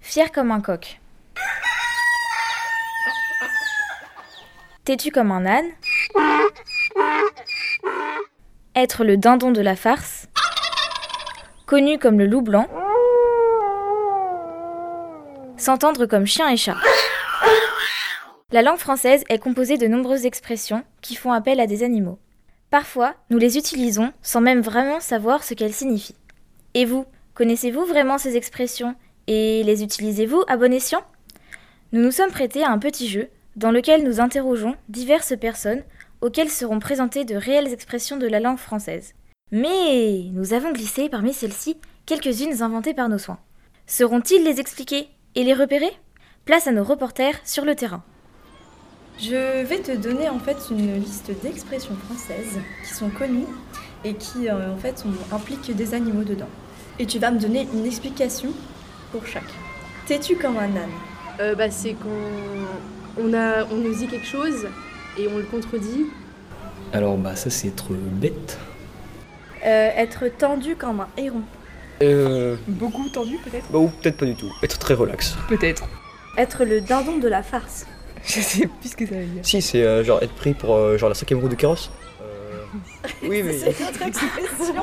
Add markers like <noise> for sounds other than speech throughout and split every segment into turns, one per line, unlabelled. Fier comme un coq. Têtu comme un âne. Être le dindon de la farce. Connu comme le loup blanc. S'entendre comme chien et chat. La langue française est composée de nombreuses expressions qui font appel à des animaux. Parfois, nous les utilisons sans même vraiment savoir ce qu'elles signifient. Et vous, connaissez-vous vraiment ces expressions et les utilisez-vous à bon escient Nous nous sommes prêtés à un petit jeu dans lequel nous interrogeons diverses personnes auxquelles seront présentées de réelles expressions de la langue française. Mais nous avons glissé parmi celles-ci quelques-unes inventées par nos soins. Seront-ils les expliquer et les repérer Place à nos reporters sur le terrain.
Je vais te donner en fait une liste d'expressions françaises qui sont connues et qui euh, en fait ont- impliquent des animaux dedans. Et tu vas me donner une explication pour chaque. T'es-tu comme un âne
Euh, bah, c'est qu'on on a, on nous dit quelque chose et on le contredit.
Alors bah ça c'est être bête.
Euh, Être tendu comme un héron.
Euh,
Beaucoup tendu peut-être
bah ou peut-être pas du tout. Être très relax.
Peut-être.
Être le dindon de la farce.
Je sais plus ce que ça veut dire.
Si c'est euh, genre être pris pour euh, genre la cinquième roue du carrosse. Euh, <laughs> oui mais
notre expression.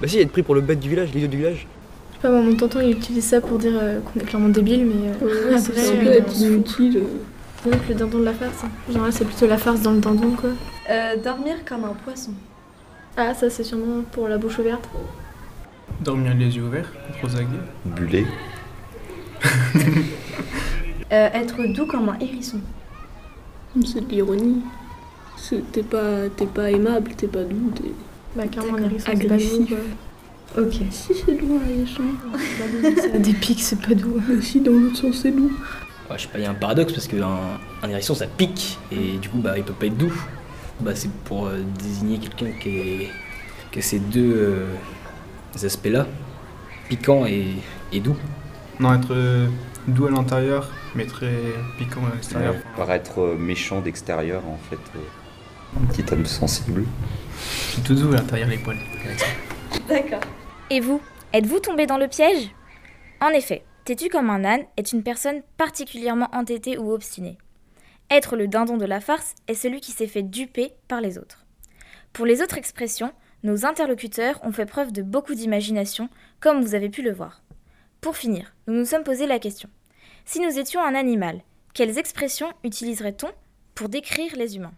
bah si être pris pour le bête du village, l'idiot du village.
Je sais pas, moi, mon tonton il utilise ça pour dire euh, qu'on est clairement débile, mais <laughs> euh, après, euh,
inutile.
donc le dindon de la farce. hein. Genre là, c'est plutôt la farce dans le dindon, quoi.
Euh, dormir comme un poisson.
Ah, ça, c'est sûrement pour la bouche ouverte.
Dormir les yeux ouverts, trop zagué.
Buller.
Euh, être doux comme un hérisson.
C'est de l'ironie. C'est- T'es pas, t'es pas aimable, t'es pas doux. t'es-
Bah, clairement,
D'accord.
on c'est pas doux,
Agressif.
quoi. <laughs>
Ok.
Si c'est doux, les gens.
Ça dépique, c'est pas doux.
Mais si dans l'autre sens c'est doux.
je sais pas, il y a un paradoxe parce que un, un hérisson ça pique et du coup bah il peut pas être doux. Bah c'est pour euh, désigner quelqu'un qui, est- qui a ces deux euh, aspects là, piquant et, et doux.
Non, être euh, doux à l'intérieur, mais très piquant à l'extérieur.
Ouais, Paraître euh, méchant d'extérieur, en fait. euh, Un petit homme sensible.
Je suis tout doux à l'intérieur les poils.
D'accord.
Et vous, êtes-vous tombé dans le piège En effet, têtu comme un âne est une personne particulièrement entêtée ou obstinée. Être le dindon de la farce est celui qui s'est fait duper par les autres. Pour les autres expressions, nos interlocuteurs ont fait preuve de beaucoup d'imagination, comme vous avez pu le voir. Pour finir, nous nous sommes posé la question. Si nous étions un animal, quelles expressions utiliserait-on pour décrire les humains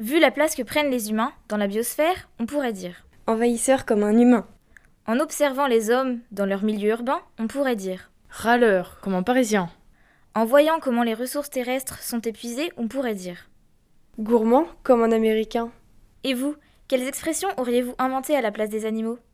Vu la place que prennent les humains dans la biosphère, on pourrait dire
Envahisseur comme un humain.
en observant les hommes dans leur milieu urbain, on pourrait dire.
Râleur, comme un parisien.
En voyant comment les ressources terrestres sont épuisées, on pourrait dire.
Gourmand comme un américain.
Et vous, quelles expressions auriez-vous inventées à la place des animaux